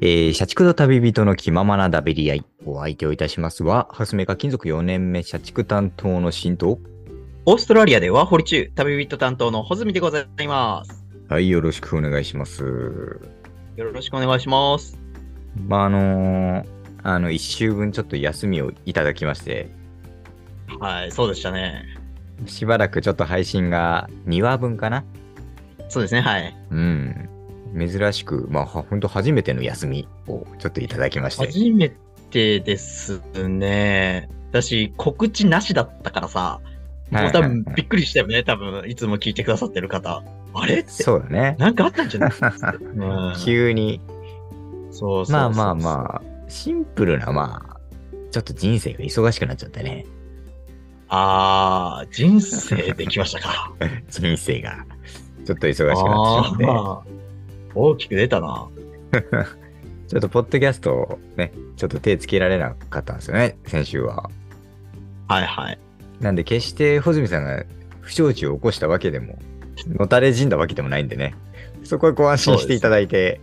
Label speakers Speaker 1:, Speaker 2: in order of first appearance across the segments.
Speaker 1: えー社畜と旅人の気ままなダベリ合い、お相手をいたしますは、ハスメカ金属4年目社畜担当の新藤。
Speaker 2: オーストラリアでワーホリ中、旅ビット担当のホズミでございます。
Speaker 1: はい、よろしくお願いします。
Speaker 2: よろしくお願いします。
Speaker 1: まあ、あのーあの、1週分ちょっと休みをいただきまして、
Speaker 2: はい、そうでしたね。
Speaker 1: しばらくちょっと配信が2話分かな
Speaker 2: そうですね、はい。
Speaker 1: うん。珍しく、まあ、ほんと初めての休みをちょっといただきまして。
Speaker 2: 初めてですね。私、告知なしだったからさ、もう多分びっくりしたよね、多分いつも聞いてくださってる方。あれって、
Speaker 1: そうだね。
Speaker 2: なんかあったんじ ゃないうん
Speaker 1: 急に、
Speaker 2: そうそうそう
Speaker 1: まあまあまあ、シンプルな、まあ、ちょっと人生が忙しくなっちゃったね。
Speaker 2: あ。あー、人生できまし たか。
Speaker 1: 人生が、ちょっと忙しくなってしま
Speaker 2: あ
Speaker 1: って、
Speaker 2: あー、大きく出たな。
Speaker 1: ちょっとポッドキャストをね、ちょっと手つけられなかったんですよね、先週は。
Speaker 2: はいはい。
Speaker 1: なんで、決して穂積さんが不祥事を起こしたわけでも、のたれ死んだわけでもないんでね、そこはご安心していただいて、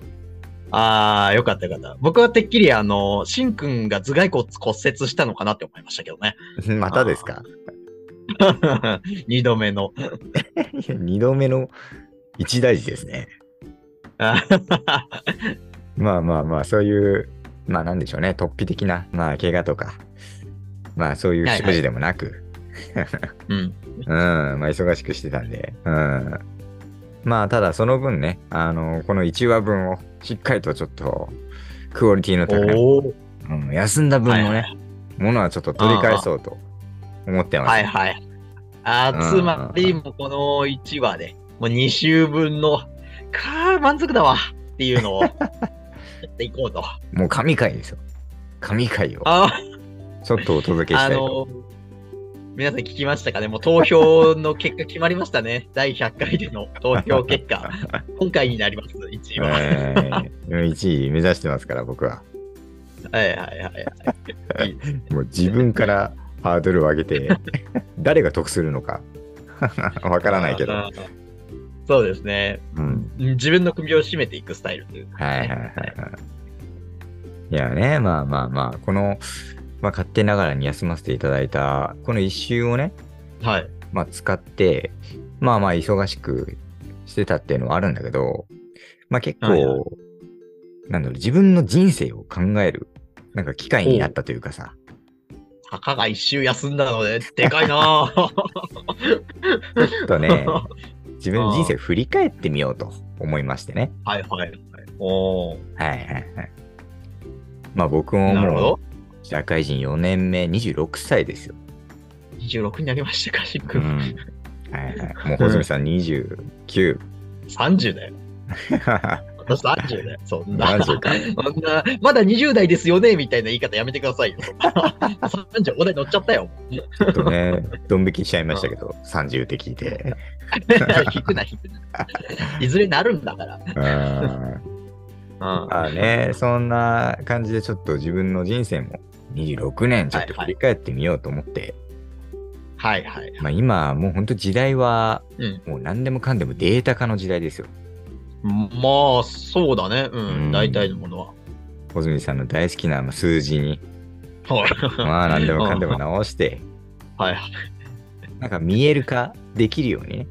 Speaker 2: ああ、よかったよかった。僕はてっきりあの、しんくんが頭蓋骨骨折したのかなって思いましたけどね。
Speaker 1: またですか
Speaker 2: 二度目の。
Speaker 1: いや二度目の一大事ですね。
Speaker 2: あ
Speaker 1: まあまあまあ、そういう、まあなんでしょうね、突飛的な、まあ怪我とか、まあそういう不祥事でもなく、
Speaker 2: うん。
Speaker 1: うん、まあ忙しくしてたんで、うん。まあただその分ね、あの、この1話分をしっかりとちょっと、クオリティの高い、
Speaker 2: おお。
Speaker 1: うん、休んだ分のね、
Speaker 2: はい
Speaker 1: ものはちょっと取り返そうと思ってます。
Speaker 2: はいはい。あーつまり、もうこの1話で、もう2週分の、かー、満足だわっていうのを、やっていこう と。
Speaker 1: もう神回ですよ。神回を
Speaker 2: あ
Speaker 1: ちょっとお届け
Speaker 2: ー、
Speaker 1: し
Speaker 2: あ
Speaker 1: たいと。
Speaker 2: の、皆さん聞きましたかねもう投票の結果決まりましたね。第100回での投票結 果。今回になります、1位は。
Speaker 1: えー、1位目指してますから僕は。
Speaker 2: はいはいはいはい。いいですね
Speaker 1: もう自分からハードルを上げ て、誰が得するのか わからないけど。。
Speaker 2: そうですね。
Speaker 1: うん
Speaker 2: 自分の首を絞めていくスタイルというか。
Speaker 1: はいはいはいはい。いやね、まあまあまあ、この、まあ、勝手ながらに休ませていただいた、この一周をね、
Speaker 2: はい。
Speaker 1: まあ、使って、まあまあ、忙しくしてたっていうのはあるんだけど、まあ結構、
Speaker 2: はいは
Speaker 1: なんだろう、自分の人生を考える、なんか機会になったというかさ、
Speaker 2: たかが一周休んだので、でかいな ぁ
Speaker 1: ちょっと ね、自分の人生を振り返ってみようと思いましてね。
Speaker 2: はいはいはい。おー
Speaker 1: はいはいはい。まあ僕も
Speaker 2: なるほ
Speaker 1: も
Speaker 2: ど。
Speaker 1: う、社会人4年目、26歳ですよ。
Speaker 2: 26になりましたか、しっく。
Speaker 1: うんん、はいはい。もう、ほずみさん29。
Speaker 2: 30だよ。
Speaker 1: マ
Speaker 2: 私30だよ。 そんな。
Speaker 1: ジか。
Speaker 2: そんな、まだ20代ですよねみたいな言い方やめてくださいよ。 そんな35代乗っちゃったよ。
Speaker 1: ちょっとね、ドン引きしちゃいましたけど、30って聞いて。
Speaker 2: 引くな、引くな。いずれなるんだから。
Speaker 1: うんま
Speaker 2: うん
Speaker 1: あね、そんな感じでちょっと自分の人生も26年ちょっと振り返ってみようと思って、
Speaker 2: はいはい。
Speaker 1: まあ今、もう本当時代は、
Speaker 2: うん
Speaker 1: もう何でもかんでもデータ化の時代ですよ。
Speaker 2: まあ、そうだね。うん、
Speaker 1: うん
Speaker 2: 大体のものは。
Speaker 1: ほずみさんの大好きなまあ数字に、
Speaker 2: はい。
Speaker 1: まあ何でもかんでも直して、
Speaker 2: はい。
Speaker 1: なんか見える化できるようにね、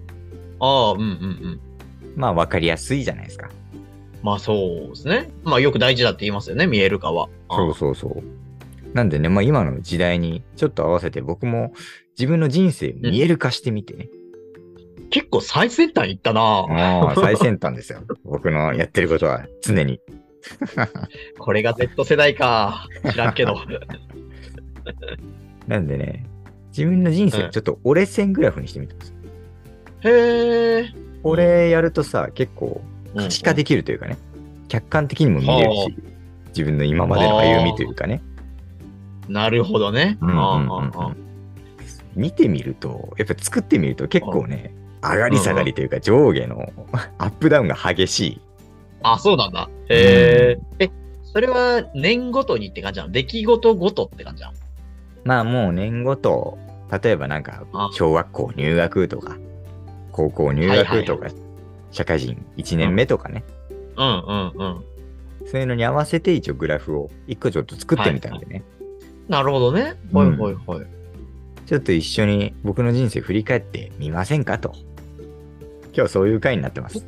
Speaker 2: ああ、うんうんうん。
Speaker 1: まあ分かりやすいじゃないですか。
Speaker 2: まあ、そうですね。まあ、よく大事だって言いますよね、見えるかは。
Speaker 1: そうそうそう。なんでね、まあ今の時代にちょっと合わせて僕も自分の人生を見える化してみてね。
Speaker 2: 結構最先端行ったな、
Speaker 1: もう 最先端ですよ。僕のやってることは常に。
Speaker 2: これが Z 世代か。知ら んけど。
Speaker 1: なんでね、自分の人生
Speaker 2: う
Speaker 1: を
Speaker 2: ん
Speaker 1: ちょっと折れ線グラフにしてみたんですよ。
Speaker 2: へえ。
Speaker 1: これやるとさ、結構可視化できるというかね、客観的にも見れる
Speaker 2: は
Speaker 1: し、自分の今までの歩みというかね。
Speaker 2: なるほどね。
Speaker 1: うんうんうんうん
Speaker 2: ああああ
Speaker 1: 見てみると、やっぱ作ってみると結構ね、上がり下がりというか上下の アップダウンが激しい。
Speaker 2: あ、そうなんだ。へえ。え、それは年ごとにって感じなの出来事ごとって感じなの
Speaker 1: まあもう年ごと、例えばなんか
Speaker 2: あ、
Speaker 1: 小学校入学とか、高校入学とか、社会人1年目とかね、
Speaker 2: うんうんうん。
Speaker 1: そういうのに合わせて一応グラフを一個ちょっと作ってみたんでね、
Speaker 2: なるほどね。
Speaker 1: う
Speaker 2: はい
Speaker 1: ん
Speaker 2: はいはい。
Speaker 1: ちょっと一緒に僕の人生振り返ってみませんかと。今日そういう回になってます。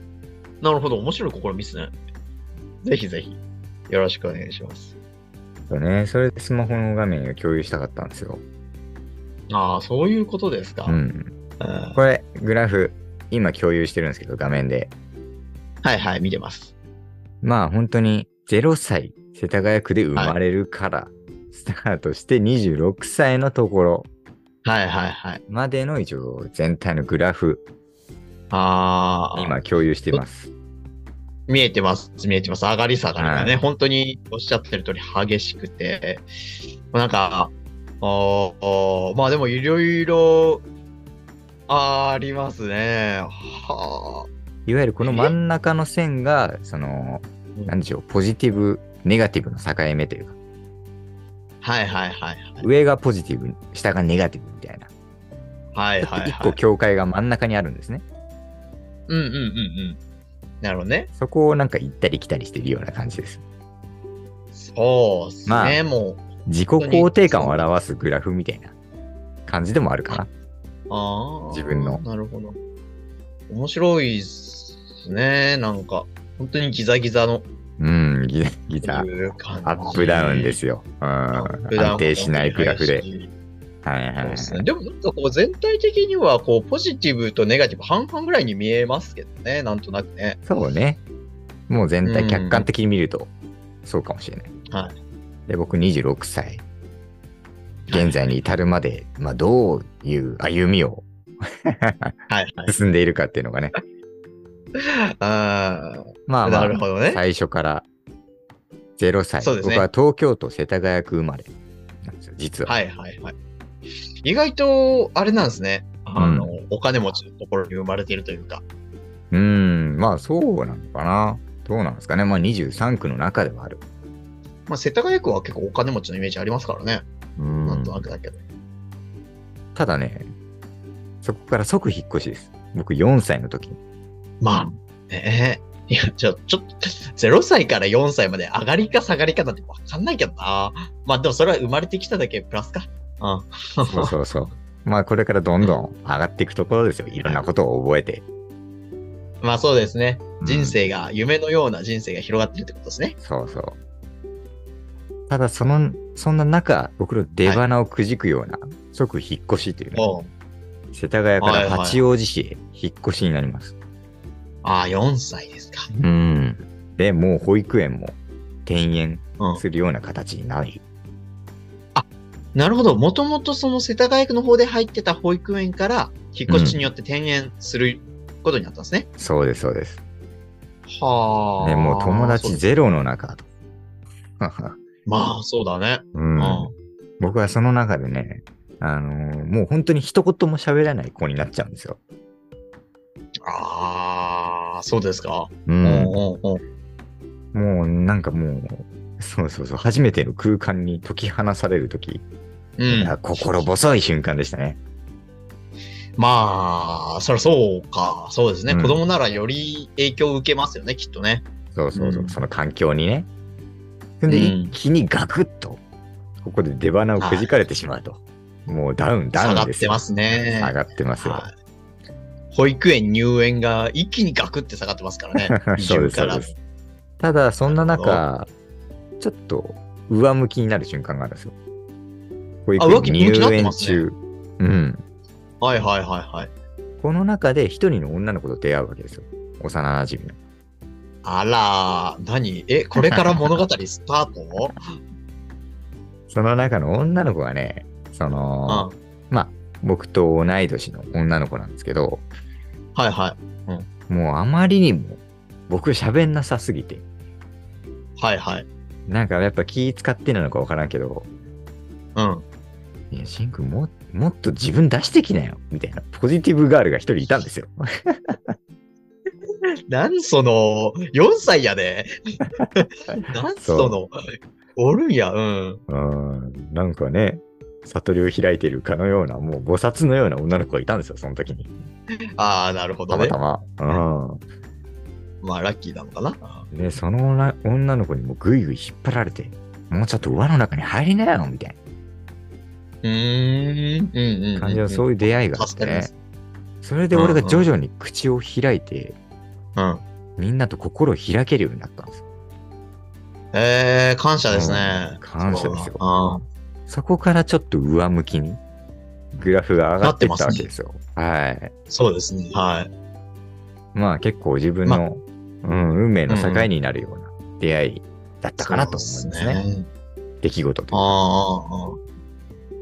Speaker 2: なるほど。面白い試みですね。ぜひぜひ。よろしくお願いします。
Speaker 1: そうね、それでスマホの画面を共有したかったんですよ。
Speaker 2: ああ、そういうことですか。
Speaker 1: う
Speaker 2: うん
Speaker 1: ん。
Speaker 2: は
Speaker 1: これ、グラフ、今共有してるんですけど、画面で。
Speaker 2: いはい、見てます。
Speaker 1: まあ本当に0歳、世田谷区で生まれるから、スタートして26歳のところ
Speaker 2: はいはいはい。
Speaker 1: までの一応全体のグラフ、
Speaker 2: ああ、
Speaker 1: 今共有してます。
Speaker 2: 見えてます、見えてます。上がり下がりがね、
Speaker 1: はい
Speaker 2: 本当におっしゃってる通り激しくて、なんか、おーおーまあでもいろいろありますね。はい
Speaker 1: わゆるこの真ん中の線が、その、
Speaker 2: うん
Speaker 1: なんでしょう、ポジティブ、ネガティブの境目というか、
Speaker 2: あ。はいはいはいはい。
Speaker 1: 上がポジティブ、下がネガティブみたいな。
Speaker 2: はいはい
Speaker 1: 一
Speaker 2: は
Speaker 1: 個
Speaker 2: い。
Speaker 1: 境界が真ん中にあるんですね。
Speaker 2: うんうんうんうん。なるほどね。
Speaker 1: そこをなんか行ったり来たりしてるような感じです。
Speaker 2: そうですね、
Speaker 1: まあ
Speaker 2: も
Speaker 1: 自己肯定感を表すグラフみたいな感じでもあるかな。
Speaker 2: う。ああ。
Speaker 1: 自分の
Speaker 2: なるほど。面白いですね。なんか、本当にギザギザの
Speaker 1: うん、ギザ、ギザ。ア
Speaker 2: ッ
Speaker 1: ップダウンで。すよ。うん、安定しないグラフで。はいはい
Speaker 2: そう
Speaker 1: はい
Speaker 2: で。すね、でもなんかこう全体的にはこうポジティブとネガティブ半々ぐらいに見えますけどね、なんとなくね。
Speaker 1: そうね。もう全
Speaker 2: う
Speaker 1: 体
Speaker 2: ん
Speaker 1: 客観的に見ると、そうかもしれない。
Speaker 2: は
Speaker 1: で、僕26歳。現在に至るまで、まあ、どういう歩みを
Speaker 2: はいはい。
Speaker 1: 進んでいるかっていうのがね。
Speaker 2: あ
Speaker 1: ま
Speaker 2: あ、
Speaker 1: あま
Speaker 2: な
Speaker 1: あ
Speaker 2: る、ほどね。
Speaker 1: 最初から0歳、
Speaker 2: そうですね
Speaker 1: 僕は東京都世田谷区生まれなんですよ実は、
Speaker 2: はいはいはい。意外と、あれなんですね。あの、お金持ちのところに生まれているというか。
Speaker 1: うーんまあそうなのかなどうなんですかねまあ23区の中ではある
Speaker 2: まあ、世田谷区は結構お金持ちのイメージありますからね。
Speaker 1: うーん
Speaker 2: なんとなくだけど。
Speaker 1: ただねそこから即引っ越しです僕4歳の時に
Speaker 2: まあ、ねえ。いや、ちょ、ちょっと、0歳から4歳まで上がりか下がりかなんてわかんないけどな。まあでもそれは生まれてきただけプラスか。うん。
Speaker 1: そうそうそうまあこれからどんどん上がっていくところですよいろんなことを覚えて
Speaker 2: まあそうですね。
Speaker 1: うん
Speaker 2: 人生が、夢のような人生が広がってるってことですね。
Speaker 1: そうそうただそのそんな中僕の出花をくじくような、即引っ越しというね
Speaker 2: もう、
Speaker 1: 世田谷か
Speaker 2: はい
Speaker 1: ら
Speaker 2: はい
Speaker 1: 八王子市へ引っ越しになります。
Speaker 2: ああ、4歳ですか。
Speaker 1: うん。で、もう保育園も転園
Speaker 2: うん。
Speaker 1: するような形になり、
Speaker 2: なるほど。もともとその世田谷区の方で入ってた保育園から、引っ越しによって転園することになったんですね。
Speaker 1: そうです、そうです。
Speaker 2: はあ。
Speaker 1: で、もう友達
Speaker 2: そう
Speaker 1: ゼロの中と。
Speaker 2: まあそうだね。
Speaker 1: う
Speaker 2: うんん。
Speaker 1: 僕はその中でね、あのーもう本当に一言も喋らない子になっちゃうんですよ。
Speaker 2: ああ、そうですか。
Speaker 1: う。
Speaker 2: うんんうんうん。
Speaker 1: もうなんかもう、そうそうそう、初めての空間に解き放されるとき、
Speaker 2: うん。
Speaker 1: 心細い瞬間でしたね。
Speaker 2: まあ、そりゃそうか。そうですね、
Speaker 1: うん
Speaker 2: 子供ならより影響を受けますよね、きっとね。
Speaker 1: そうそうそう、
Speaker 2: うん
Speaker 1: その環境にね。それで
Speaker 2: うん
Speaker 1: 一気にガクッと、ここで出花をくじかれてしまうと。もうダウン、ダ
Speaker 2: 下が
Speaker 1: ウ
Speaker 2: っ
Speaker 1: ンです
Speaker 2: て
Speaker 1: よ。
Speaker 2: ますね。
Speaker 1: 上がってますよ。。
Speaker 2: はい保育園入園が一気にガクって下がってますからね
Speaker 1: そうです、
Speaker 2: 移住
Speaker 1: そうです。ただ、そんな中、ちょっと上向きになる瞬間があるんですよ。保
Speaker 2: あ浮
Speaker 1: 育
Speaker 2: 気
Speaker 1: 園
Speaker 2: 向きにな
Speaker 1: 入
Speaker 2: って
Speaker 1: 園
Speaker 2: ますね
Speaker 1: 中。うん。
Speaker 2: はいはいはいはい。
Speaker 1: この中で一人の女の子と出会うわけですよ。幼馴染の。
Speaker 2: あら、何え、これから物語スタ ート
Speaker 1: その中の女の子がね、その、
Speaker 2: う
Speaker 1: まあ、僕と同い年の女の子なんですけど、
Speaker 2: ん。はいは
Speaker 1: もうあまりにも僕喋んなさすぎて、
Speaker 2: い。はいはい。
Speaker 1: なんかやっぱ気使ってなのかわからんけど、
Speaker 2: うん。
Speaker 1: いや、シンくんも、もっと自分出してきなよ、みたいなポジティブガールが一人いたんですよ。
Speaker 2: 何その、4歳 やで。何その、おるんや、う
Speaker 1: う
Speaker 2: ん。
Speaker 1: ん、なんかね、悟りを開いてるかのような、もう菩薩のような女の子がいたんですよ、その時に。
Speaker 2: ああ、なるほ
Speaker 1: た
Speaker 2: ど
Speaker 1: ま
Speaker 2: ね
Speaker 1: た。ま。うん。
Speaker 2: まあ、ラッキーなのかな。
Speaker 1: で、その女女の子にもぐいぐい引っ張られて、もうちょっと輪の中に入りなよ、みたい
Speaker 2: うん、うん、うんうん。
Speaker 1: な感じの、そういう出会いがあっ
Speaker 2: 助かりま
Speaker 1: て
Speaker 2: す、
Speaker 1: それで俺が徐々に口を開いて、
Speaker 2: うん。
Speaker 1: みんなと心を開けるようになったんですよ。
Speaker 2: えー、感謝ですね
Speaker 1: うん。感謝ですよ
Speaker 2: よ。
Speaker 1: そこからちょっと上向きに、グラフが上がっていった
Speaker 2: な
Speaker 1: わ
Speaker 2: ってますね
Speaker 1: けですよ。はい。
Speaker 2: そうですね。はい。
Speaker 1: まあ結構自分
Speaker 2: ま
Speaker 1: の、うん、運命の境になるような出会いだったかなと思います
Speaker 2: そう
Speaker 1: ね。
Speaker 2: でね。
Speaker 1: 出来事と。
Speaker 2: あーあー、あ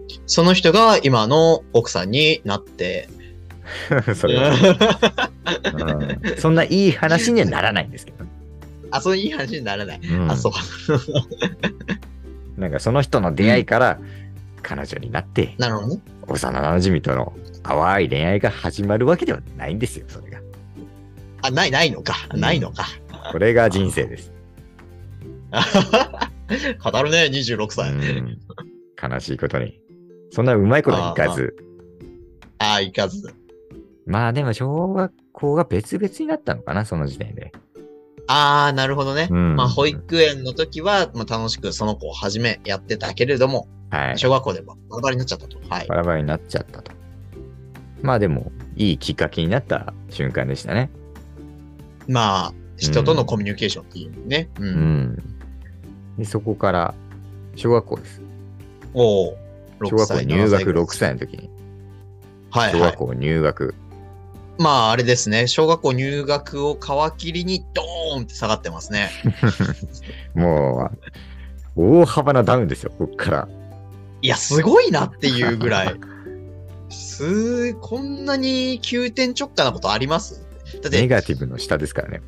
Speaker 2: ーその人が今の奥さんになって、
Speaker 1: それは、うんそんないい話にはならないんですけど。
Speaker 2: あ、そういい話にならない。
Speaker 1: うん
Speaker 2: あ、そう。
Speaker 1: なんかその人の出会いから彼女になって、
Speaker 2: なるほどね。
Speaker 1: 幼馴染との淡い恋愛が始まるわけではないんですよ、それが。
Speaker 2: あ、ない、ないのか。
Speaker 1: うん
Speaker 2: ないのか。
Speaker 1: これが人生です。
Speaker 2: 語るね、26歳。
Speaker 1: うん悲しいことに。そんなうまいこといかず。
Speaker 2: ああ、行かず。
Speaker 1: まあでも小学校が別々になったのかな、その時点で。
Speaker 2: ああ、なるほどね。
Speaker 1: うん
Speaker 2: まあ、保育園の時は、まあ、楽しくその子を始めやってたけれども、
Speaker 1: はい。
Speaker 2: 小学校でもバラバラになっちゃったと。はい
Speaker 1: バ。ラバラになっちゃったと。まあでも、いいきっかけになった瞬間でしたね。
Speaker 2: まあ、人とのコミュニケーションっていうね。うん。
Speaker 1: うん。でそこから、小学校です。
Speaker 2: おお。
Speaker 1: 小学校入学6
Speaker 2: 歳
Speaker 1: 歳の時に、
Speaker 2: はい
Speaker 1: 小
Speaker 2: は
Speaker 1: 学
Speaker 2: い。
Speaker 1: 校入学。
Speaker 2: まあ、あれですね。小学校入学を皮切りに、ドーンって下がってますね。
Speaker 1: もう、大幅なダウンですよ、こっから。
Speaker 2: いや、すごいなっていうぐらい。すー、こんなに急転直下なことありますだっ て
Speaker 1: ネ、ガティブの下ですからね。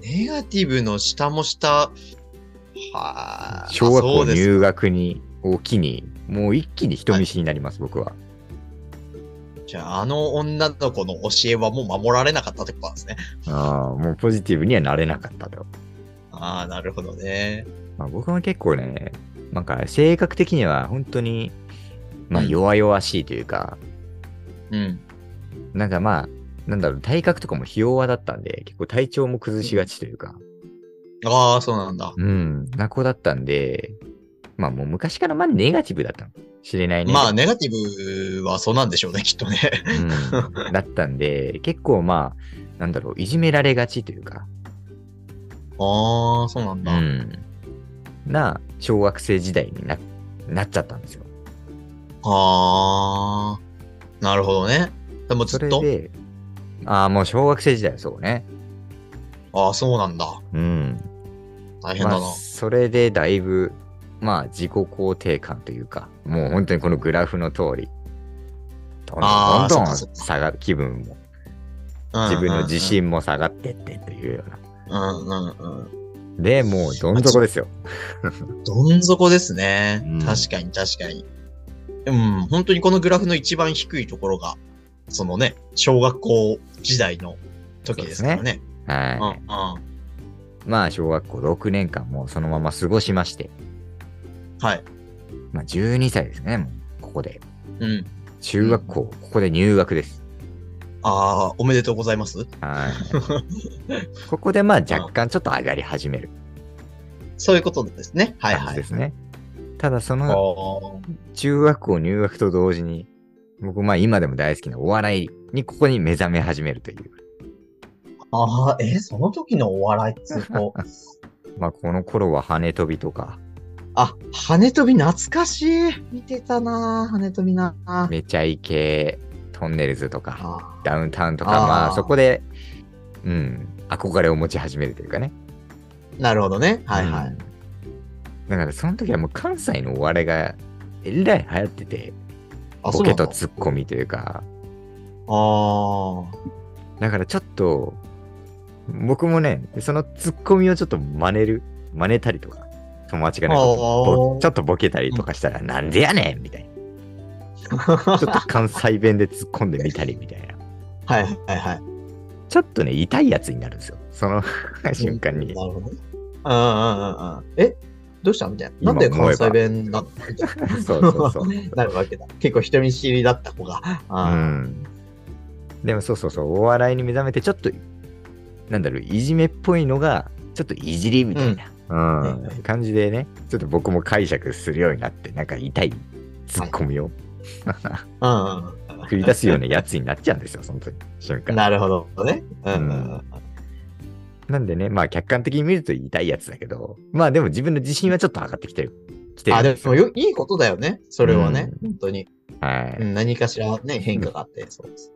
Speaker 2: ネガティブの下も下、はあ、
Speaker 1: 小学
Speaker 2: そ
Speaker 1: 校
Speaker 2: うです
Speaker 1: 入学に、を機に、もう一気に人見知りになります、僕は。
Speaker 2: じゃあ、あの女の子の教えはもう守られなかったってことなんですね。
Speaker 1: ああ、もうポジティブにはなれなかったと。
Speaker 2: ああ、なるほどね。
Speaker 1: まあ、僕も結構ね、なんか性格的には本当に、まあ
Speaker 2: うん
Speaker 1: 弱々しいというか、
Speaker 2: うん。
Speaker 1: なんかまあ、なんだろう、体格とかもひ弱だったんで、結構体調も崩しがちというか、
Speaker 2: ああ、そうなんだ。
Speaker 1: うん、な子だったんで、まあもう昔からまあネガティブだったの。知れないね。
Speaker 2: まあ、ネガティブはそうなんでしょうね、きっとね。
Speaker 1: うん、だったんで、結構まあ、なんだろう、いじめられがちというか、
Speaker 2: ああ、そうなん
Speaker 1: う
Speaker 2: だ。
Speaker 1: ん、な小学生時代にななっちゃったんですよ。
Speaker 2: ああ、なるほどね。でもず
Speaker 1: そ
Speaker 2: っ
Speaker 1: れ
Speaker 2: と、
Speaker 1: で、ああ、もう小学生時代はそうね。
Speaker 2: ああ、そうなんだ。
Speaker 1: うん。
Speaker 2: 大変
Speaker 1: ま
Speaker 2: だな。
Speaker 1: あ、それでだいぶ、まあ、自己肯定感というか、もう本当にこのグラフの通り、どんど
Speaker 2: あ
Speaker 1: ん
Speaker 2: ー
Speaker 1: どんどん
Speaker 2: そっかそっか
Speaker 1: 下がる気分も、
Speaker 2: うん
Speaker 1: 自分の自。信も下がってってというような。
Speaker 2: うんうんうん。
Speaker 1: で、もうどん底ですよ。
Speaker 2: どん底ですね
Speaker 1: うん。
Speaker 2: 確かに確かに。うん、本当にこのグラフの一番低いところが、そのね、小学校時代の時ですからね。うんう
Speaker 1: は
Speaker 2: ん。
Speaker 1: い。まあ、小学校6年間もうそのまま過ごしまして、
Speaker 2: はい。
Speaker 1: まあ、12歳ですね、もう、ここで。
Speaker 2: うん。
Speaker 1: 中学校、ここで入学です。
Speaker 2: ああ、おめでとうございます。
Speaker 1: はい。ここで、まあ、若干ちょっと上がり始める
Speaker 2: そういうことですね。はい
Speaker 1: 感
Speaker 2: は
Speaker 1: じ
Speaker 2: い。
Speaker 1: ですね。ただ、そ
Speaker 2: あ
Speaker 1: の
Speaker 2: ー
Speaker 1: 中学校入学と同時に、僕、まあ今でも大好きなお笑いにここに目覚め始めるという。
Speaker 2: あー、え、その時のお笑いっつうと、
Speaker 1: まあこの頃は羽飛びとか、
Speaker 2: あ、羽飛び懐かしい。見てたなぁ、羽飛びなぁ。
Speaker 1: めちゃイケ、トンネルズとか、
Speaker 2: あ
Speaker 1: ダウンタウンとか、
Speaker 2: あー
Speaker 1: まあそこで、うん、憧れを持ち始めるというかね。
Speaker 2: なるほどね。はいは
Speaker 1: う
Speaker 2: い。
Speaker 1: んだからその時はもう関西のお笑いが、えらい流行ってて、
Speaker 2: あ、
Speaker 1: ボケ
Speaker 2: あ
Speaker 1: とツッコミというか、
Speaker 2: あ
Speaker 1: だからちょっと、僕もね、そのツッコミをちょっと真似る、真似たりとか、友達がね、
Speaker 2: あー
Speaker 1: ぼちょっとボケたりとかしたら、なんでやねんみたいな。
Speaker 2: ー。
Speaker 1: ちょっと関西弁で突っ込んでみたりみたいな。
Speaker 2: はいはいはい。
Speaker 1: ちょっとね、痛いやつになるんですよ。そ の瞬間に。
Speaker 2: なるほどね。うんうんうんうん。えどうしたみたいな。なんで
Speaker 1: 今思
Speaker 2: 関
Speaker 1: えば
Speaker 2: 西弁だったみたい
Speaker 1: そうそう そう。
Speaker 2: ななるわけだ。結構人見知りだった子が。
Speaker 1: う
Speaker 2: あ
Speaker 1: ん。でもそうそうそう、お笑いに目覚めて、ちょっとなんだろう、いじめっぽいのが、ちょっといじりみたいな、うん
Speaker 2: うん
Speaker 1: 感じでね、ちょっと僕も解釈するようになって、なんか痛いツッコミを
Speaker 2: うん
Speaker 1: 繰り出すようなやつになっちゃうんですよ、その時瞬
Speaker 2: うん。
Speaker 1: 間。
Speaker 2: なるほどね。うんうんうん。
Speaker 1: なんでね、まあ客観的に見ると痛いやつだけど、まあでも自分の自信はちょっと上がってきてる。きてる
Speaker 2: あ、
Speaker 1: ん
Speaker 2: です
Speaker 1: よ
Speaker 2: もよいいことだよね。それはね。
Speaker 1: う
Speaker 2: 本当に。
Speaker 1: はい、
Speaker 2: うん何かしらね、変化があって。そうです。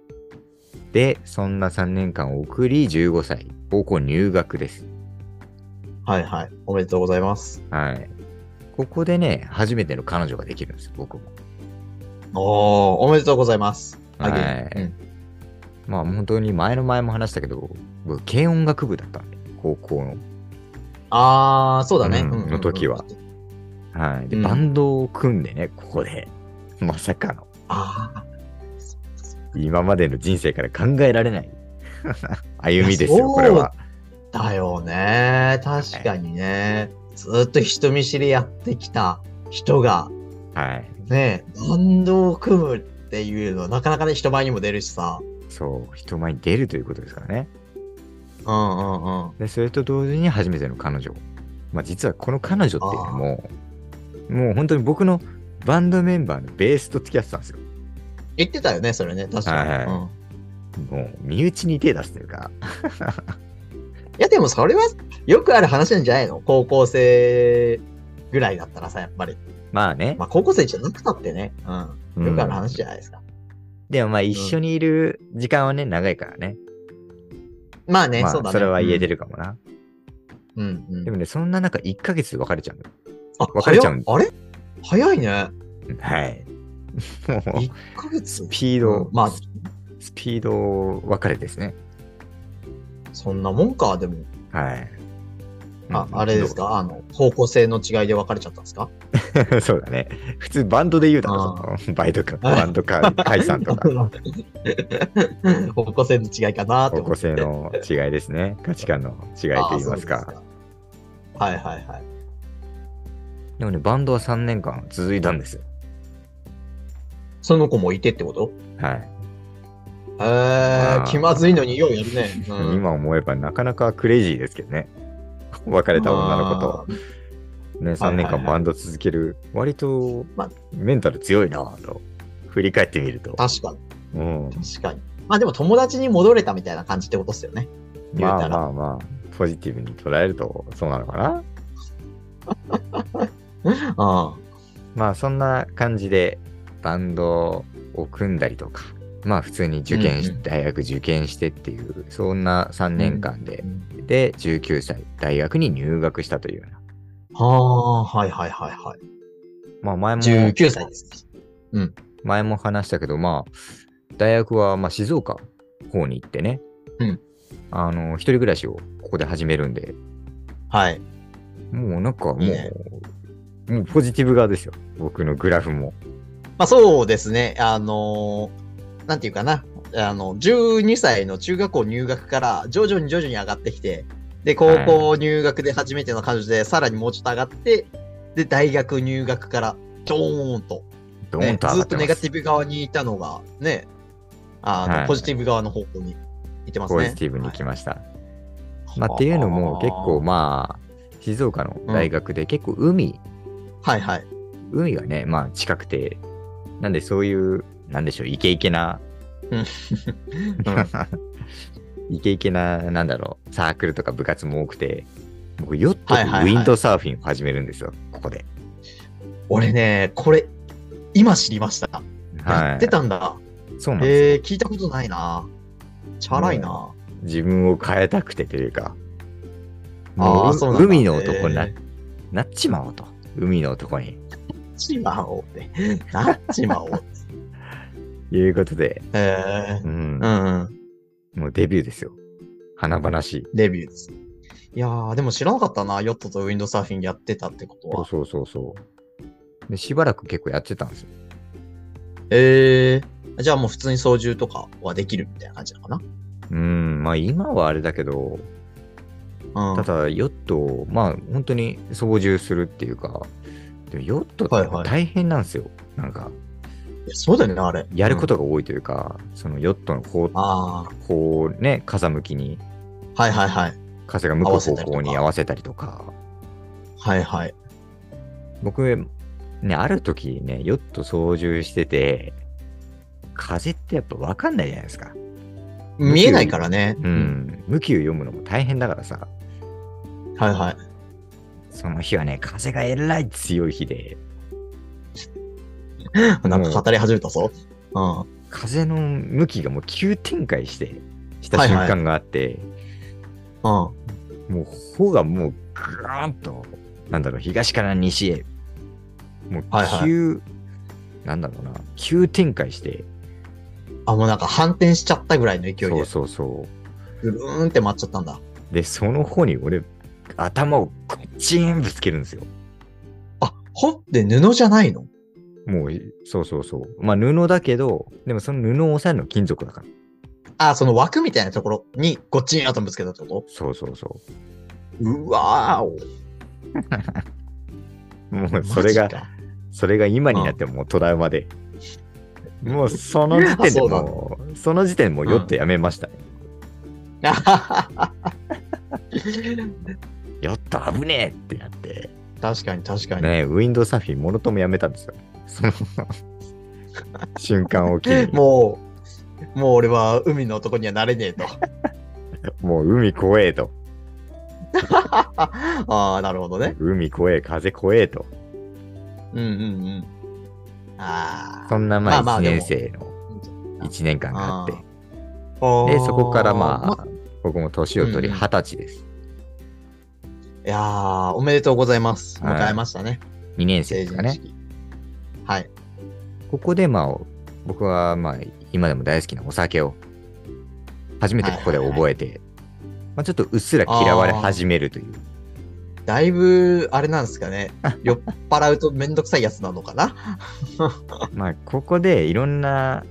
Speaker 1: で、そんな3年間を送り、15歳、高校入学です。
Speaker 2: はいはい。おめでとうございます。
Speaker 1: はい。ここでね、初めての彼女ができるんですよ、僕も。
Speaker 2: おー、おめでとうございます。あげ
Speaker 1: はい
Speaker 2: うん
Speaker 1: まあ本当に前の前も話したけど、僕、軽音楽部だったんで、高校の。
Speaker 2: あー、そうだね。
Speaker 1: うん
Speaker 2: うんうんうん
Speaker 1: の時は。はい。で、
Speaker 2: うん
Speaker 1: バンドを組んでね、ここで。まさかの。
Speaker 2: あ
Speaker 1: 今までの人生から考えられない 歩みですよ、これは。
Speaker 2: ー、だよね。確かにね。ずーっと人見知りやってきた人が、
Speaker 1: はい。
Speaker 2: ね、バンドを組むっていうの、なかなかね、人前にも出るしさ。
Speaker 1: そう、人前に出るということですからね。
Speaker 2: うんうんうん。
Speaker 1: で、それと同時に初めての彼女。まあ実はこの彼女っていうのも、もう本当に僕のバンドメンバーのベースと付き合ってたんですよ。
Speaker 2: 言ってたよね、それね。確かに。
Speaker 1: はいはい
Speaker 2: うん
Speaker 1: もう身内に手出すというか、
Speaker 2: いやでもそれはよくある話なんじゃないの高校生ぐらいだったらさ、やっぱり。
Speaker 1: まあね、
Speaker 2: まあ高校生じゃなくたってね。うん。よくある話じゃないですか。
Speaker 1: でもまあ一緒にいる時間はね、長いからね。
Speaker 2: まあね、
Speaker 1: ま
Speaker 2: そうだ
Speaker 1: あ、
Speaker 2: ね。
Speaker 1: それは言えてる
Speaker 2: る。
Speaker 1: かもな。
Speaker 2: うんうん。
Speaker 1: でもね、そんな中、1ヶ月で別れちゃうの。
Speaker 2: あ、
Speaker 1: 別れちゃうん
Speaker 2: 早っあれ早いね。
Speaker 1: はい。もう
Speaker 2: 1、ヶ月
Speaker 1: スピード、
Speaker 2: うんまあ、
Speaker 1: スピード別れですね。
Speaker 2: そんなもんか、でも。
Speaker 1: はい。
Speaker 2: あ
Speaker 1: う、ん
Speaker 2: あれですかあの、方向性の違いで別れちゃったんですか
Speaker 1: どう そうだね。普通バンドで言うだろ、そのバイトか、バンド か、解散とか、
Speaker 2: 方向性の違いかな
Speaker 1: 方
Speaker 2: と思
Speaker 1: 向
Speaker 2: って。
Speaker 1: 性の違いですね。価値観の違いと言います
Speaker 2: あー。
Speaker 1: か。
Speaker 2: そうですかはいはいはい。
Speaker 1: でもね、バンドは3年間続いたんですよ。
Speaker 2: その子もいてってこと
Speaker 1: はい。
Speaker 2: えー、気まずいのにようやるね。うん
Speaker 1: 今思えばなかなかクレイジーですけどね。別れた女の子と。
Speaker 2: あー
Speaker 1: ね、3年間バンド続ける、割と
Speaker 2: まあ
Speaker 1: メンタル強いなぁと、振り返ってみると。
Speaker 2: 確かに、
Speaker 1: うん、
Speaker 2: 確かに。まあでも友達に戻れたみたいな感じってことっすよね。言
Speaker 1: ま
Speaker 2: う
Speaker 1: あ
Speaker 2: たら
Speaker 1: まあまあ、ポジティブに捉えるとそうなのかな。
Speaker 2: あ
Speaker 1: まあそんな感じでバンドを組んだりとか、まあ普通に受験し、
Speaker 2: うんうん
Speaker 1: 大学受験してっていう、そんな3年間で、で、19歳、大学に入学したというような。
Speaker 2: あ。はあー、はいはいはいはい。
Speaker 1: まあ前も、
Speaker 2: 19歳です。
Speaker 1: 前も話したけど、まあ、大学はまあ静岡方に行ってね、
Speaker 2: うん
Speaker 1: あの、一人暮らしをここで始めるんで、
Speaker 2: はい。
Speaker 1: もうなんかもう、
Speaker 2: いいね
Speaker 1: もうポジティブ側ですよ、僕のグラフも。
Speaker 2: まあそうですね。あのーなんていうかな。あの、12歳の中学校入学から徐々に徐々に上がってきて、で、高校入学で初めての彼女で、さらにもうちょっと上がって、で、大学入学から、ドーンと
Speaker 1: ドー
Speaker 2: ね
Speaker 1: ンと上
Speaker 2: ず
Speaker 1: が
Speaker 2: っ
Speaker 1: って
Speaker 2: と
Speaker 1: ます、
Speaker 2: ネガティブ側にいたのが、ね、あの、
Speaker 1: はい
Speaker 2: ポジティブ側の方向に行ってますね。
Speaker 1: ポジティブに来
Speaker 2: は
Speaker 1: ました。
Speaker 2: い
Speaker 1: まあ、っていうのも
Speaker 2: あー
Speaker 1: 結構まあ、静岡の大学で結構海、
Speaker 2: はいはい。
Speaker 1: 海がね、まあ近くて、なんでそういう、なんでしょう、イケイケな、 イケイケな、なんだろう、サークルとか部活も多くて、僕、ヨットで
Speaker 2: はいはいはい
Speaker 1: ウィンドサーフィンを始めるんですよ、ここで。
Speaker 2: 俺ね、これ、今知りました。
Speaker 1: は
Speaker 2: や
Speaker 1: い
Speaker 2: って。たんだ。
Speaker 1: そうなんですよ。
Speaker 2: えー、聞いたことないな。チャラいな。
Speaker 1: 自分を変えたくてというか、
Speaker 2: あ
Speaker 1: も
Speaker 2: あ、
Speaker 1: う
Speaker 2: そうなんだ。
Speaker 1: 海の男にな,、
Speaker 2: えー
Speaker 1: なっちまおうと。海の男に。
Speaker 2: ちまおうって。 なっちまおうって。
Speaker 1: いうことで、
Speaker 2: え
Speaker 1: うん
Speaker 2: ー、うんうん。
Speaker 1: もうデビューですよ。華々しい。
Speaker 2: レビューです。いやー、でも知らなかったな。ヨットとウィンドサーフィンやってたってこと
Speaker 1: そう
Speaker 2: は。
Speaker 1: そうそうそう。で、しばらく結構やってたんですよ。
Speaker 2: えー、じゃあもう普通に操縦とかはできるみたいな感じなのかな。
Speaker 1: うん、まあ今はあれだけど、
Speaker 2: うん、
Speaker 1: ただヨットを、まあ本当に操縦するっていうか、でもヨット
Speaker 2: はい
Speaker 1: っ
Speaker 2: はい
Speaker 1: て大変なんですよ。なんか、
Speaker 2: いやそうだよね、あれ。。
Speaker 1: やることとが多いというか、そのヨットのこう、
Speaker 2: あ
Speaker 1: こうね、風向きに
Speaker 2: はいはいはい。
Speaker 1: 風が向く方向に合わせたりとか。
Speaker 2: はいはい。
Speaker 1: 僕、ね、ある時ね、ヨット操縦してて、風ってやっぱ分かんないじゃないですか。
Speaker 2: 見えないからね。
Speaker 1: う。ん。向きを読むのも大変だからさ、
Speaker 2: はいはい。
Speaker 1: その日はね、風がえらい強い日で、
Speaker 2: なんか語り始めたぞ。うん。
Speaker 1: 風の向きがもう急展開して、した瞬間があって、
Speaker 2: うん。
Speaker 1: もう帆がもうグーンと、なんだろう、東から西へ、もう急、
Speaker 2: はいはい
Speaker 1: なんだろうな、急展開して、
Speaker 2: あ、もうなんか反転しちゃったぐらいの勢い
Speaker 1: そう
Speaker 2: で、
Speaker 1: そうそう。
Speaker 2: ぐるーんって回っちゃったんだ。
Speaker 1: で、その方に俺、頭をこっちんぶつけるんですよ。
Speaker 2: あ、ほって布じゃないの
Speaker 1: もう、そうそうそう。まあ、布だけど、でもその布を押さえるの金属だから。
Speaker 2: あ、その枠みたいなところにごっちんやとぶつけたってこ
Speaker 1: そうそうそ
Speaker 2: とうわーお。
Speaker 1: う。もう、それが
Speaker 2: マジ、か
Speaker 1: それが今になってもうトラウマで。もう、その時点で
Speaker 2: あ
Speaker 1: もう、その時点でもう酔ってやめましたね。
Speaker 2: あははは
Speaker 1: 酔った危ねえってなって。
Speaker 2: 確かに確かに。
Speaker 1: ねウィンドウサーフィンもろともやめたんですよ。その瞬間を機に、も
Speaker 2: もう、もう俺は海の男にはなれねえと。
Speaker 1: う海怖えと、
Speaker 2: ああ、なるほどね。
Speaker 1: 海怖え、風怖えと、
Speaker 2: うんうんうん。ああ。
Speaker 1: そんなまあ
Speaker 2: まあまあ
Speaker 1: 1年生の1年間があって、で、そこからまあ、僕も年を取り
Speaker 2: うんうん
Speaker 1: 20歳です。
Speaker 2: いやー、おめでとうございます。
Speaker 1: はい
Speaker 2: 迎えましたね。
Speaker 1: 2年生
Speaker 2: 成
Speaker 1: ですか
Speaker 2: 人
Speaker 1: ね。
Speaker 2: 式。はい。
Speaker 1: ここでまあ、僕はまあ、今でも大好きなお酒を、初めてここで覚えて、まあちょっとうっすら嫌われ始めるという。
Speaker 2: だいぶ、あれなんですか ね。酔っ払うとめんどくさいやつなのかな
Speaker 1: まあ、ここでいろんな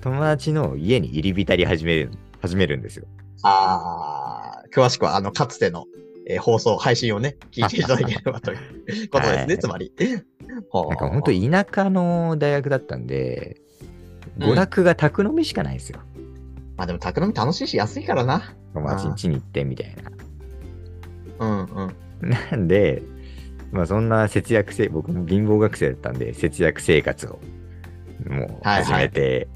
Speaker 1: 友達の家に入り浸り始める、始めるんですよ。
Speaker 2: あー、詳しくは、あの、かつての、えー放送、配信をね、聞いていただければということですね、
Speaker 1: はい
Speaker 2: つまり。
Speaker 1: な
Speaker 2: なん
Speaker 1: か本当田舎の大学だったんで、
Speaker 2: うん
Speaker 1: 娯楽が宅飲みしかないんですよ。
Speaker 2: まあでも、宅飲み楽しいし、安いからな。
Speaker 1: 友達ん家に行ってみたいな。
Speaker 2: うんうん。
Speaker 1: なんで、まあそんな節約生、僕も貧乏学生だったんで、節約生活をもう始めて、
Speaker 2: はいはい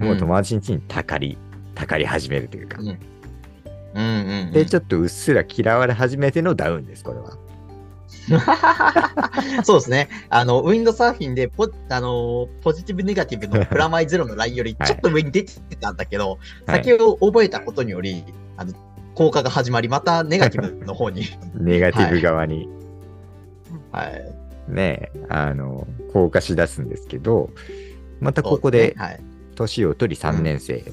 Speaker 1: もう
Speaker 2: うん
Speaker 1: 友達ん家にたかり、たかり始めるというか。
Speaker 2: うんうんうん、うん。
Speaker 1: で、ちょっとうっすら嫌われ始めてのダウンです、これは。
Speaker 2: そうですね。あの、ウィンドサーフィンでポ、あのーポジティブネガティブのプラマイゼロのラインより
Speaker 1: はい
Speaker 2: ちょっと上に出てたんだけど、
Speaker 1: はい
Speaker 2: 先を覚えたことにより、あの、効果が始まり、またネガティブの 方に、
Speaker 1: ネガティブ側に
Speaker 2: はい。
Speaker 1: ね、あの、降下し出すんですけど、またここで
Speaker 2: はい。
Speaker 1: 年を取り3年生、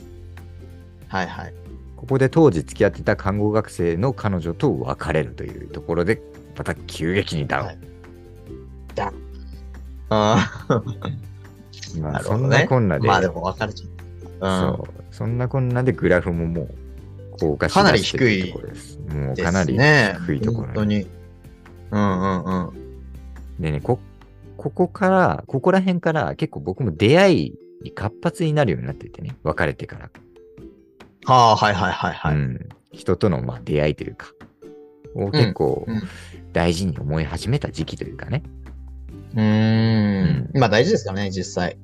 Speaker 2: はいはい。
Speaker 1: ここで当時付き合ってた看護学生の彼女と別れるというところで、また急激にダウン。
Speaker 2: はいあ
Speaker 1: ま
Speaker 2: な
Speaker 1: あ、
Speaker 2: る
Speaker 1: そ
Speaker 2: ほ
Speaker 1: ん
Speaker 2: どね
Speaker 1: なこんな
Speaker 2: ー
Speaker 1: で、
Speaker 2: まあでも別れちゃった。うん。
Speaker 1: そう、そんなこんなでグラフももう、高下しだしてるところです。もう
Speaker 2: です
Speaker 1: かなり
Speaker 2: ね
Speaker 1: 低いとこ
Speaker 2: 本
Speaker 1: ろ
Speaker 2: 当
Speaker 1: ね
Speaker 2: に。うんうんうん。
Speaker 1: でね、こ、ここから、ここら辺から結構僕も出会いに活発になるようになっててね、別れてから。
Speaker 2: はあ、はいはいはいは
Speaker 1: う
Speaker 2: い。
Speaker 1: ん、人とのまあ出会いというか、を結構
Speaker 2: うんうん
Speaker 1: 大事に思い始めた時期というかね。
Speaker 2: うーん。まあ大事ですからね、実際。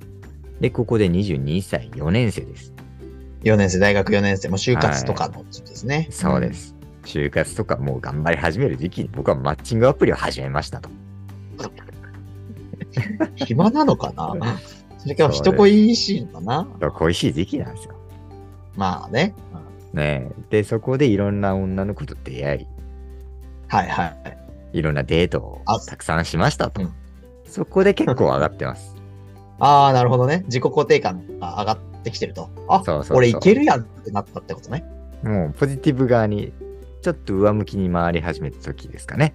Speaker 1: で、ここで22歳、4年生です。
Speaker 2: 4年生、大学4年生、もう就活とかの時期ですね。
Speaker 1: そうで。す。就活とかもう頑張り始める時期に僕はマッチングアプリを始めましたと。
Speaker 2: 暇なの かなそれから人恋しいのかな
Speaker 1: 恋しい時期なんですよ。
Speaker 2: まあね。
Speaker 1: ねえで、そこでいろんな女の子と出会
Speaker 2: はいはい。
Speaker 1: い、いろんなデートを
Speaker 2: あ
Speaker 1: たくさんしましたと
Speaker 2: うん。
Speaker 1: そこで結構上がってます。
Speaker 2: ああ、なるほどね。自己肯定感が上がってきてると。
Speaker 1: そ
Speaker 2: あ、
Speaker 1: うそうそう
Speaker 2: 俺いけるやんってなったってことね。
Speaker 1: もうポジティブ側にちょっと上向きに回り始めた時ですかね。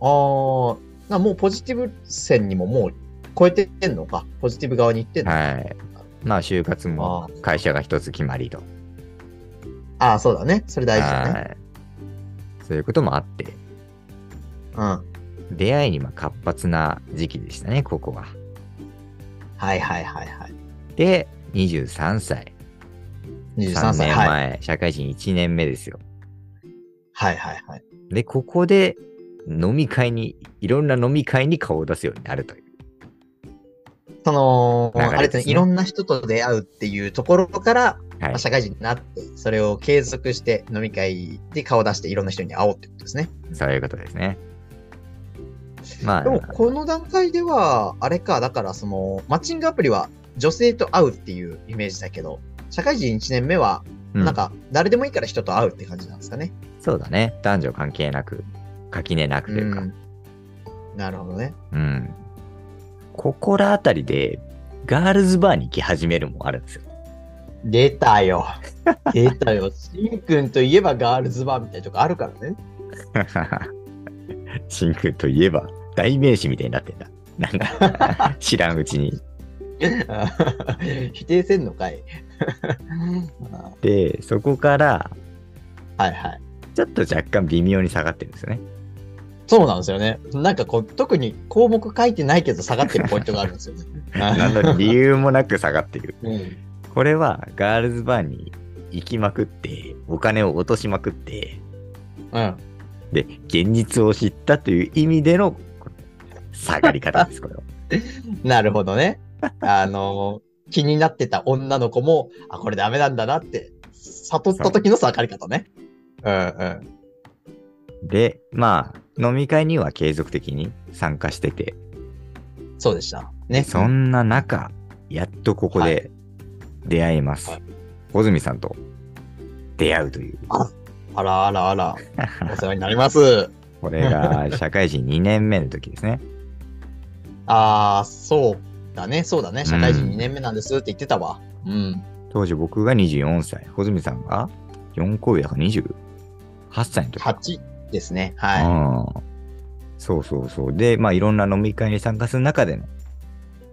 Speaker 2: ああ、なもうポジティブ線にももう超えてんのか。ポジティブ側に行ってんのか。
Speaker 1: はい。まあ、就活も会社が一つ決まりと。
Speaker 2: ああ、そうだね。それ大事だ
Speaker 1: は
Speaker 2: ね。
Speaker 1: いそういうこともあって、
Speaker 2: うん。
Speaker 1: 出会いにまあ活発な時期でしたね、ここは。
Speaker 2: はいはいはいはい。
Speaker 1: で、23歳。3
Speaker 2: 23歳。
Speaker 1: 年
Speaker 2: はい。
Speaker 1: 前、社会人1年目ですよ。
Speaker 2: はいはいはい。
Speaker 1: で、ここで飲み会に、いろんな飲み会に顔を出すようになるという。
Speaker 2: その、
Speaker 1: 流れですね
Speaker 2: あれって、いろんな人と出会うっていうところから、
Speaker 1: は
Speaker 2: ま
Speaker 1: い
Speaker 2: あ、社会人になって、それを継続して飲み会で顔を出していろんな人に会おうってことですね。
Speaker 1: そういうことですね。まあ
Speaker 2: で、も、この段階では、あれか、だからその、マッチングアプリは女性と会うっていうイメージだけど、社会人1年目は、
Speaker 1: うん
Speaker 2: なんか、誰でもいいから人と会うって感じなんですかね。
Speaker 1: そうだね。男女関係なく、垣根なくというか。
Speaker 2: うんなるほどね。
Speaker 1: うん。ここらあたりで、ガールズバーに行き始めるもあるんですよ。
Speaker 2: 出たよ。出たよ。しんくんといえばガールズバーみたいなとこあるから ね。
Speaker 1: 真空といえば、代名詞みたいになってんだ。なん か、知らんうちに。
Speaker 2: 否定せんのかい。
Speaker 1: で、そこから、
Speaker 2: はいはい。
Speaker 1: ちょっと若干微妙に下がってるんですよね。
Speaker 2: そうなんですよね。なんかこう、特に項目書いてないけど下がってるポイントがあるんですよ ね。
Speaker 1: なのに理由もなく下がってる。
Speaker 2: うん、
Speaker 1: これは、ガールズバーに行きまくって、お金を落としまくって、
Speaker 2: うん。
Speaker 1: で、現実を知ったという意味でのこの下がり方です、 これは。
Speaker 2: なるほどね。あの、気になってた女の子も、あ、これダメなんだなって、悟った時の下がり方ね。うんうん。
Speaker 1: で、まあ、飲み会には継続的に参加してて、
Speaker 2: そうでした。ね。
Speaker 1: そんな中、やっとここ
Speaker 2: は
Speaker 1: で出会います
Speaker 2: はい。
Speaker 1: 小泉さんと出会うという。
Speaker 2: あらあら あら。お世話になります。
Speaker 1: これ が社会人2年目の時ですね。
Speaker 2: ああ、そうだね、そうだね。社会人
Speaker 1: うん
Speaker 2: 2年目なんですって言ってたわ。うん。
Speaker 1: 当時僕が24歳、小泉さんが4個上だから28歳の時。
Speaker 2: 8ですね。は
Speaker 1: うんそうそうそう。で、まあ、いろんな飲み会に参加する中での、
Speaker 2: い。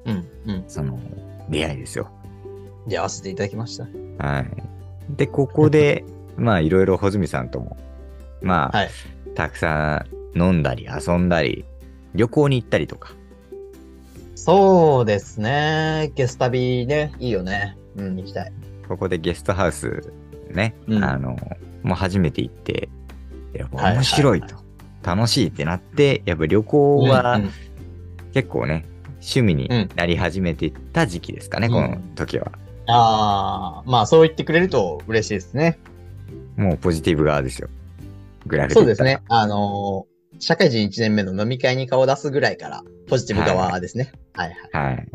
Speaker 2: うん。うん。
Speaker 1: その、出会いですよ。
Speaker 2: 出会わせていただきました。
Speaker 1: はい。で、ここで、 まあ、いろいろ穂積さんとも、まあ、
Speaker 2: はい
Speaker 1: たくさん飲んだり、遊んだり、旅行に行ったりとか、
Speaker 2: そうですね。ゲス旅ね、いいよね。うん、行きたい。
Speaker 1: ここでゲストハウスね、
Speaker 2: うん
Speaker 1: あの、もう初めて行って、やっぱ
Speaker 2: はい
Speaker 1: 面白いと、楽しいってなって、やっぱ旅行
Speaker 2: うん
Speaker 1: は
Speaker 2: うん
Speaker 1: 結構ね、趣味に
Speaker 2: うん
Speaker 1: なり始めてた時期ですかね、
Speaker 2: うん
Speaker 1: この時は。
Speaker 2: ああ、まあそう言ってくれると嬉しいですね。
Speaker 1: もうポジティブ側ですよ。グラフで
Speaker 2: そ
Speaker 1: 言
Speaker 2: うで
Speaker 1: っ
Speaker 2: す
Speaker 1: たら
Speaker 2: ね。。あのー社会人1年目の飲み会に顔を出すぐらいから、ポジティブ側ですね。はいは
Speaker 1: は
Speaker 2: い。
Speaker 1: い。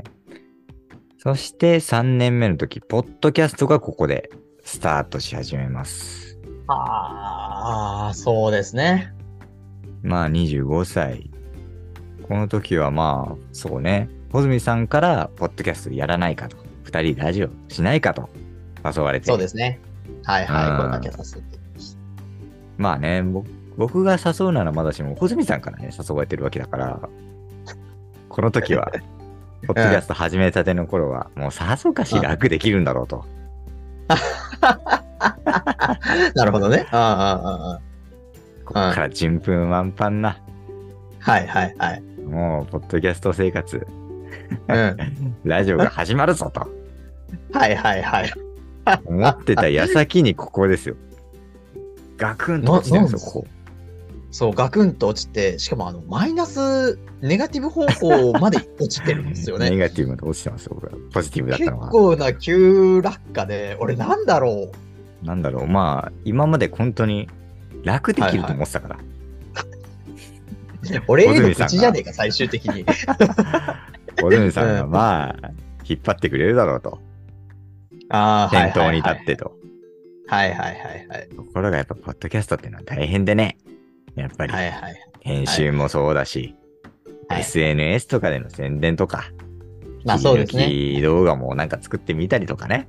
Speaker 1: そして3年目の時、ポッドキャストがここでスタートし始めます。
Speaker 2: ああ、そうですね。
Speaker 1: まあ25歳。この時はまあ、そうね。穂積さんから、ポッドキャストやらないかと。二人ラジオしないかと誘われて。
Speaker 2: そうですね。はい
Speaker 1: うん
Speaker 2: はい。声かけさせて。
Speaker 1: まあね、ぼ僕が誘うならまだしも、穂積さんからね、誘われてるわけだから、この時 は、ポッドキャスト始めたての頃は、もうさぞかし楽できるんだろうと。
Speaker 2: なるほどね。うんうんうんうん。
Speaker 1: ここから順風満帆な。
Speaker 2: はいはいはい。
Speaker 1: もう、ポッドキャスト生活、
Speaker 2: うん。
Speaker 1: ラジオが始まるぞと
Speaker 2: はいはいはい。
Speaker 1: 思ってた矢先にここですよ。ガクンと落ちてるんですよ、
Speaker 2: な
Speaker 1: ここ。
Speaker 2: そう、ガクンと落ちて、しかもあの、マイナス、ネガティブ方向まで落ちてるんです よ
Speaker 1: ネ
Speaker 2: ね。
Speaker 1: ガティブまで落ちてますよ、僕は。ポジティブだっ
Speaker 2: 結
Speaker 1: たのは。
Speaker 2: 構な急落下で、俺なんだろう。
Speaker 1: なんだろう、まあ、今まで本当に楽できると思ってたから。
Speaker 2: 俺への
Speaker 1: 小泉さんが
Speaker 2: 口じゃねえか、最終的に。
Speaker 1: 小泉さんが、
Speaker 2: うん
Speaker 1: まあ、引っ張ってくれるだろうと。
Speaker 2: ああ、は
Speaker 1: 店
Speaker 2: いは
Speaker 1: 頭に
Speaker 2: い
Speaker 1: 立
Speaker 2: は
Speaker 1: っ
Speaker 2: い。
Speaker 1: てと。
Speaker 2: はいはいはいはい。
Speaker 1: ところがやっぱ、ポッドキャストっていうのは大変でね。やっぱり、
Speaker 2: はいはい。
Speaker 1: 編集もそうだし、
Speaker 2: はい
Speaker 1: SNS とかでの宣伝とか、
Speaker 2: まあそうですね。
Speaker 1: 切り抜き動画もなんか作ってみたりとかね。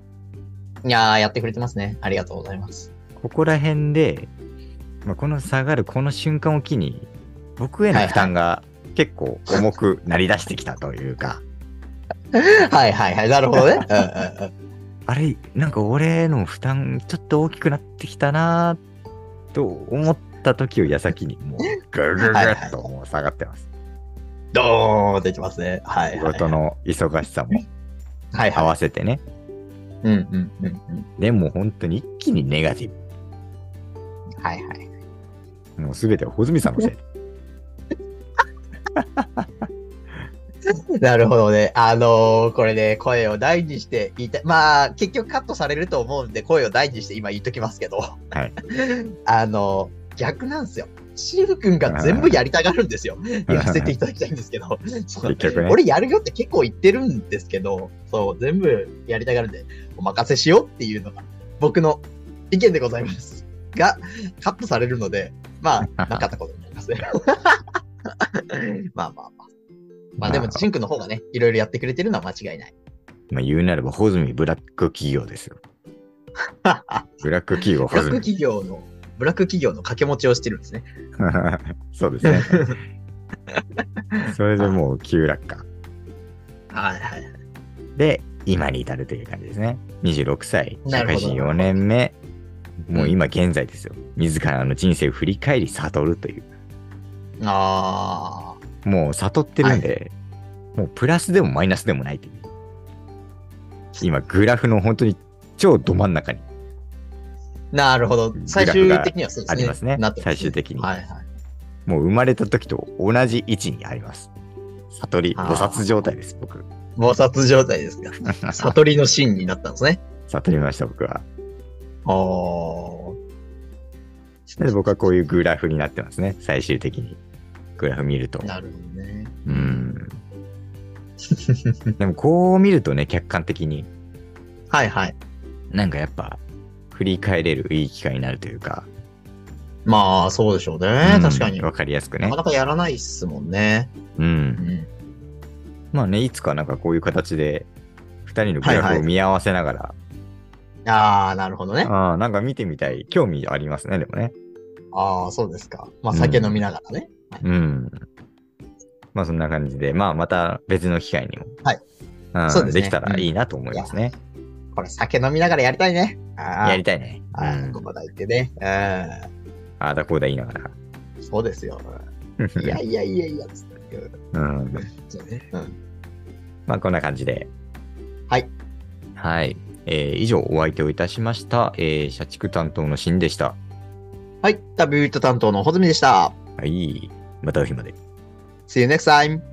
Speaker 2: いやー、やってくれてますね。ありがとうございます。
Speaker 1: ここら辺で、まあ、この下がるこの瞬間を機に、僕への負担が結構重くなりだしてきたというか、
Speaker 2: はいはいはい。なるほどね。うんうんうん
Speaker 1: あれ、なんか俺への負担ちょっと大きくなってきたなと思った時を矢先に、もうぐるぐるぐるっともう下がってます。
Speaker 2: ドーンってきますね。はい
Speaker 1: 仕
Speaker 2: はい。
Speaker 1: 事の忙しさも
Speaker 2: はい
Speaker 1: 合
Speaker 2: は
Speaker 1: わせてね。
Speaker 2: い。うんうんうんうん。
Speaker 1: でも本当に一気にネガティ
Speaker 2: はいはい。
Speaker 1: ブ。もうすべては穂積さんのせい。
Speaker 2: なるほどね。あのーこれね、声を大にして言いたい。まあ、結局カットされると思うんで、声を大にして今言っときますけど。
Speaker 1: い
Speaker 2: あのー逆なんですよ。シル君が全部やりたがるんですよ。 言わ せていただきたいんですけど。そ う
Speaker 1: 結局ね。
Speaker 2: 俺やるよって結構言ってるんですけど、そう、全部やりたがるんで、お任せしようっていうのが僕の意見でございます。が、カットされるので、まあ、なかったことになりますね。 まあまあまあ。まあでも、
Speaker 1: まあ
Speaker 2: チンくんの方がね、いろいろやってくれてるのは間違いない。
Speaker 1: まあ言うなれば、ホズミブラック企業ですよ。ブラック企業、
Speaker 2: ブ
Speaker 1: ホ
Speaker 2: ラッ
Speaker 1: ズ
Speaker 2: ク
Speaker 1: ミ。
Speaker 2: 企業の、ブラック企業の掛け持ちをしてるんですね。
Speaker 1: そうですね。 それでもう急落下。
Speaker 2: はいはい。
Speaker 1: で、今に至るという感じですね。26歳、
Speaker 2: な
Speaker 1: 社
Speaker 2: る
Speaker 1: 会
Speaker 2: ほど
Speaker 1: 人4年目。もう今現在ですよ。自らの人生を振り返り悟るという。
Speaker 2: あ
Speaker 1: もう悟ってるんで、もうプラスでもマイナスでもないという。今、グラフの本当に超ど真ん中に
Speaker 2: ー、なるほど。最終的にはそうですね。
Speaker 1: ありますね
Speaker 2: なって。
Speaker 1: 最終的に。
Speaker 2: はいはい。
Speaker 1: もう生まれた時と同じ位置にあります。悟り、
Speaker 2: あー
Speaker 1: 菩薩状態です、僕。
Speaker 2: 摩擦状態です が、悟りの芯になったんですね。
Speaker 1: 悟りました、僕は。
Speaker 2: あー
Speaker 1: で僕はこういうグラフになってますね、最終的に。グラフ見ると。
Speaker 2: なるほどね。
Speaker 1: うん。でもこう見るとね、客観的に、
Speaker 2: はいはい。
Speaker 1: なんかやっぱ、振り返れるいい機会になるというか。
Speaker 2: まあ、そうでしょうね。
Speaker 1: うん
Speaker 2: 確かに。
Speaker 1: わ
Speaker 2: な
Speaker 1: かりやすくね
Speaker 2: か。なかやらないっすもんね。
Speaker 1: う。
Speaker 2: うんん、
Speaker 1: まあね、いつかなんかこういう形で、二人のグラ
Speaker 2: はい
Speaker 1: フ
Speaker 2: は
Speaker 1: を
Speaker 2: い
Speaker 1: 見合わせながら、
Speaker 2: ああ、なるほどね。
Speaker 1: ああ、なんか見てみたい。興味ありますね、でもね。
Speaker 2: ああ、そうですか。まあ、
Speaker 1: うん
Speaker 2: 酒飲みながらね。
Speaker 1: うん。まあそんな感じで、まあまた別の機会にも。
Speaker 2: はい
Speaker 1: うん、
Speaker 2: そうです
Speaker 1: で
Speaker 2: ね
Speaker 1: きたらいいなと思いますね。
Speaker 2: これ、酒飲みながらやりたいね。ああ
Speaker 1: やりたいね。う
Speaker 2: ああ、
Speaker 1: ん
Speaker 2: こ、こだ言ってね。
Speaker 1: ああだこうだ言いながら。
Speaker 2: うん、そうですよ。いやいやいやいや、つって。う ん
Speaker 1: うん、
Speaker 2: そうね。うん。
Speaker 1: まあこんな感じで。
Speaker 2: はい。
Speaker 1: はい。えー以上お相手をいたしました、えー社畜担当のシンでした。
Speaker 2: はい。タビューイット担当の穂積でした。
Speaker 1: はい。またお日まで。
Speaker 2: See you next time!